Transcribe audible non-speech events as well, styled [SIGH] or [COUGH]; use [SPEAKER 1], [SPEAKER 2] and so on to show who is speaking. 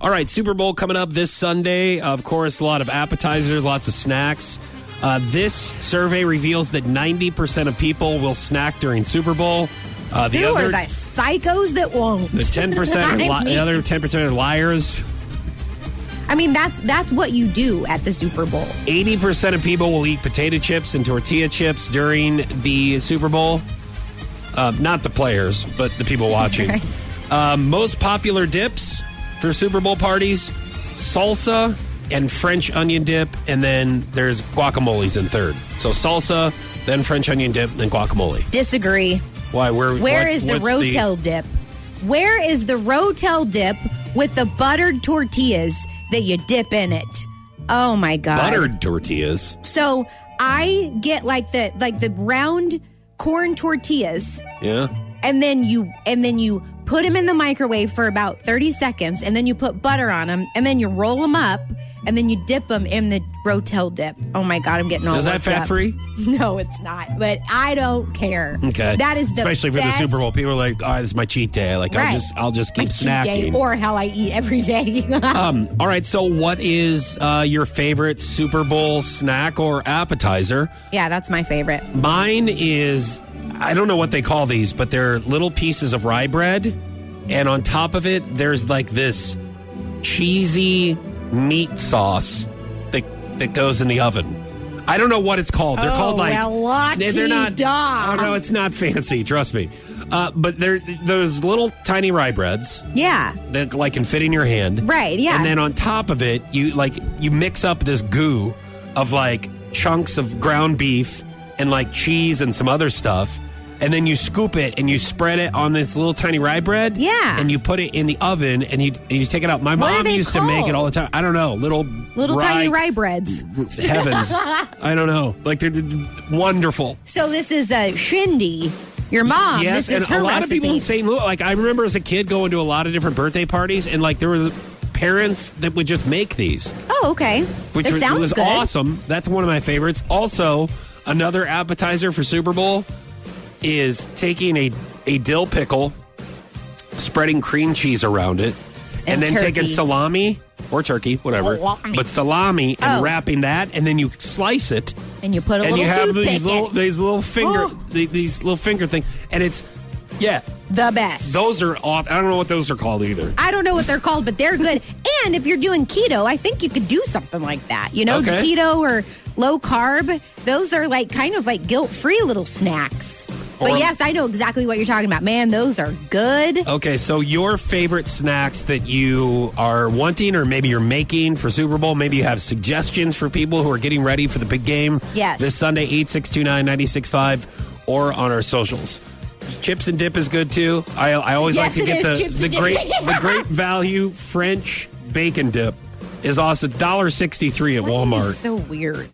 [SPEAKER 1] All right, Super Bowl coming up this Sunday. Of course, a lot of appetizers, lots of snacks. Uh, this survey reveals that 90% of people will snack during Super Bowl. Uh, the
[SPEAKER 2] Who
[SPEAKER 1] other,
[SPEAKER 2] are the psychos that won't?
[SPEAKER 1] the
[SPEAKER 2] [LAUGHS]
[SPEAKER 1] 10%
[SPEAKER 2] I
[SPEAKER 1] are li-
[SPEAKER 2] mean-
[SPEAKER 1] the other 10% are liars.
[SPEAKER 2] I mean, that's that's what you do at the Super Bowl.
[SPEAKER 1] 80% of people will eat potato chips and tortilla chips during the Super Bowl. Uh, not the players, but the people watching.
[SPEAKER 2] [LAUGHS] Right.
[SPEAKER 1] Uh, most popular dips for Super Bowl parties salsa and French onion dip, and then there's guacamoles in third. So salsa, then French onion dip, then guacamole.
[SPEAKER 2] Disagree.
[SPEAKER 1] Why? Where?
[SPEAKER 2] Where
[SPEAKER 1] what-
[SPEAKER 2] is the
[SPEAKER 1] what's
[SPEAKER 2] Rotel dip? Where is the Rotel dip with the buttered tortillas that you dip in it? Oh my god.
[SPEAKER 1] buttered tortillas?
[SPEAKER 2] So I get like the like the round corn tortillas
[SPEAKER 1] Yeah.
[SPEAKER 2] and then you and then you put them in the microwave for about 30 seconds and then you put butter on them and then you roll them up and then you dip them in the rotel dip oh my god i'm getting all
[SPEAKER 1] Is that
[SPEAKER 2] worked
[SPEAKER 1] fat
[SPEAKER 2] up.
[SPEAKER 1] free?
[SPEAKER 2] [LAUGHS] no it's not but i don't care
[SPEAKER 1] Okay.
[SPEAKER 2] that is the
[SPEAKER 1] especially for
[SPEAKER 2] best
[SPEAKER 1] the Super Bowl. People are like, "All right, this is my cheat day. Like,
[SPEAKER 2] Right.
[SPEAKER 1] I'll just, I'll just
[SPEAKER 2] my
[SPEAKER 1] keep
[SPEAKER 2] cheat day
[SPEAKER 1] snacking."
[SPEAKER 2] or how i eat every day [LAUGHS]
[SPEAKER 1] Um, all right, so what is uh, your favorite Super Bowl snack or appetizer?
[SPEAKER 2] yeah that's my favorite
[SPEAKER 1] Mine is, I don't know what they call these, but they're little pieces of rye bread. And on top of it, there's like this cheesy meat sauce that, that goes in the oven. I don't know what it's called. They're
[SPEAKER 2] Oh,
[SPEAKER 1] called like
[SPEAKER 2] well, lucky
[SPEAKER 1] they're not.
[SPEAKER 2] dog.
[SPEAKER 1] Oh no, it's not fancy. Trust me. Uh, but they're those little tiny rye breads
[SPEAKER 2] yeah
[SPEAKER 1] that like can fit in your hand.
[SPEAKER 2] Right, yeah.
[SPEAKER 1] And then on top of it, you like you mix up this goo of like chunks of ground beef and like cheese and some other stuff. And then you scoop it and you spread it on this little tiny rye bread.
[SPEAKER 2] Yeah.
[SPEAKER 1] And you put it in the oven and you, and you take it out. My
[SPEAKER 2] What are
[SPEAKER 1] mom
[SPEAKER 2] they
[SPEAKER 1] used to make it all the time. I don't know. Little
[SPEAKER 2] little
[SPEAKER 1] rye,
[SPEAKER 2] tiny rye breads [LAUGHS]
[SPEAKER 1] heavens. I don't know. Like they're wonderful.
[SPEAKER 2] so this is a shindy your mom
[SPEAKER 1] Yes,
[SPEAKER 2] Um, this is
[SPEAKER 1] and
[SPEAKER 2] her
[SPEAKER 1] a lot
[SPEAKER 2] recipe.
[SPEAKER 1] of people in St. Louis. Like I remember as a kid going to a lot of different birthday parties, and like there were parents that would just make these,
[SPEAKER 2] oh okay
[SPEAKER 1] which
[SPEAKER 2] this
[SPEAKER 1] was,
[SPEAKER 2] sounds
[SPEAKER 1] was
[SPEAKER 2] good
[SPEAKER 1] awesome. That's one of my favorites. Also, another appetizer for Super Bowl is taking a a dill pickle, spreading cream cheese around it,
[SPEAKER 2] And
[SPEAKER 1] and, then
[SPEAKER 2] turkey.
[SPEAKER 1] taking salami. Or turkey, whatever.
[SPEAKER 2] Salami.
[SPEAKER 1] But salami and
[SPEAKER 2] Oh.
[SPEAKER 1] wrapping that, and then you slice it,
[SPEAKER 2] and you put a
[SPEAKER 1] and
[SPEAKER 2] little
[SPEAKER 1] you have
[SPEAKER 2] toothpick
[SPEAKER 1] these little
[SPEAKER 2] in.
[SPEAKER 1] these little finger
[SPEAKER 2] Oh.
[SPEAKER 1] the- these little finger thing, and it's yeah,
[SPEAKER 2] the best
[SPEAKER 1] those are off. I don't know what those are called either.
[SPEAKER 2] I don't know what they're called, but they're good. And if you're doing keto, I think you could do something like that. You know,
[SPEAKER 1] Okay.
[SPEAKER 2] keto or low carb. Those are like kind of like guilt free little snacks.
[SPEAKER 1] Or- Uh,
[SPEAKER 2] but yes, I know exactly what you're talking about. Man, those are good.
[SPEAKER 1] Okay, so your favorite snacks that you are wanting, or maybe you're making for Super Bowl, maybe you have suggestions for people who are getting ready for the big game.
[SPEAKER 2] Yes.
[SPEAKER 1] This Sunday, 8629 965, or on our socials. Chips and dip is good too. I, I always
[SPEAKER 2] Yes,
[SPEAKER 1] like
[SPEAKER 2] it
[SPEAKER 1] to get
[SPEAKER 2] is,
[SPEAKER 1] the,
[SPEAKER 2] chips
[SPEAKER 1] the
[SPEAKER 2] and dip.
[SPEAKER 1] great
[SPEAKER 2] [LAUGHS]
[SPEAKER 1] the great value French bacon dip is also $1.63 at
[SPEAKER 2] That
[SPEAKER 1] Walmart.
[SPEAKER 2] is So weird.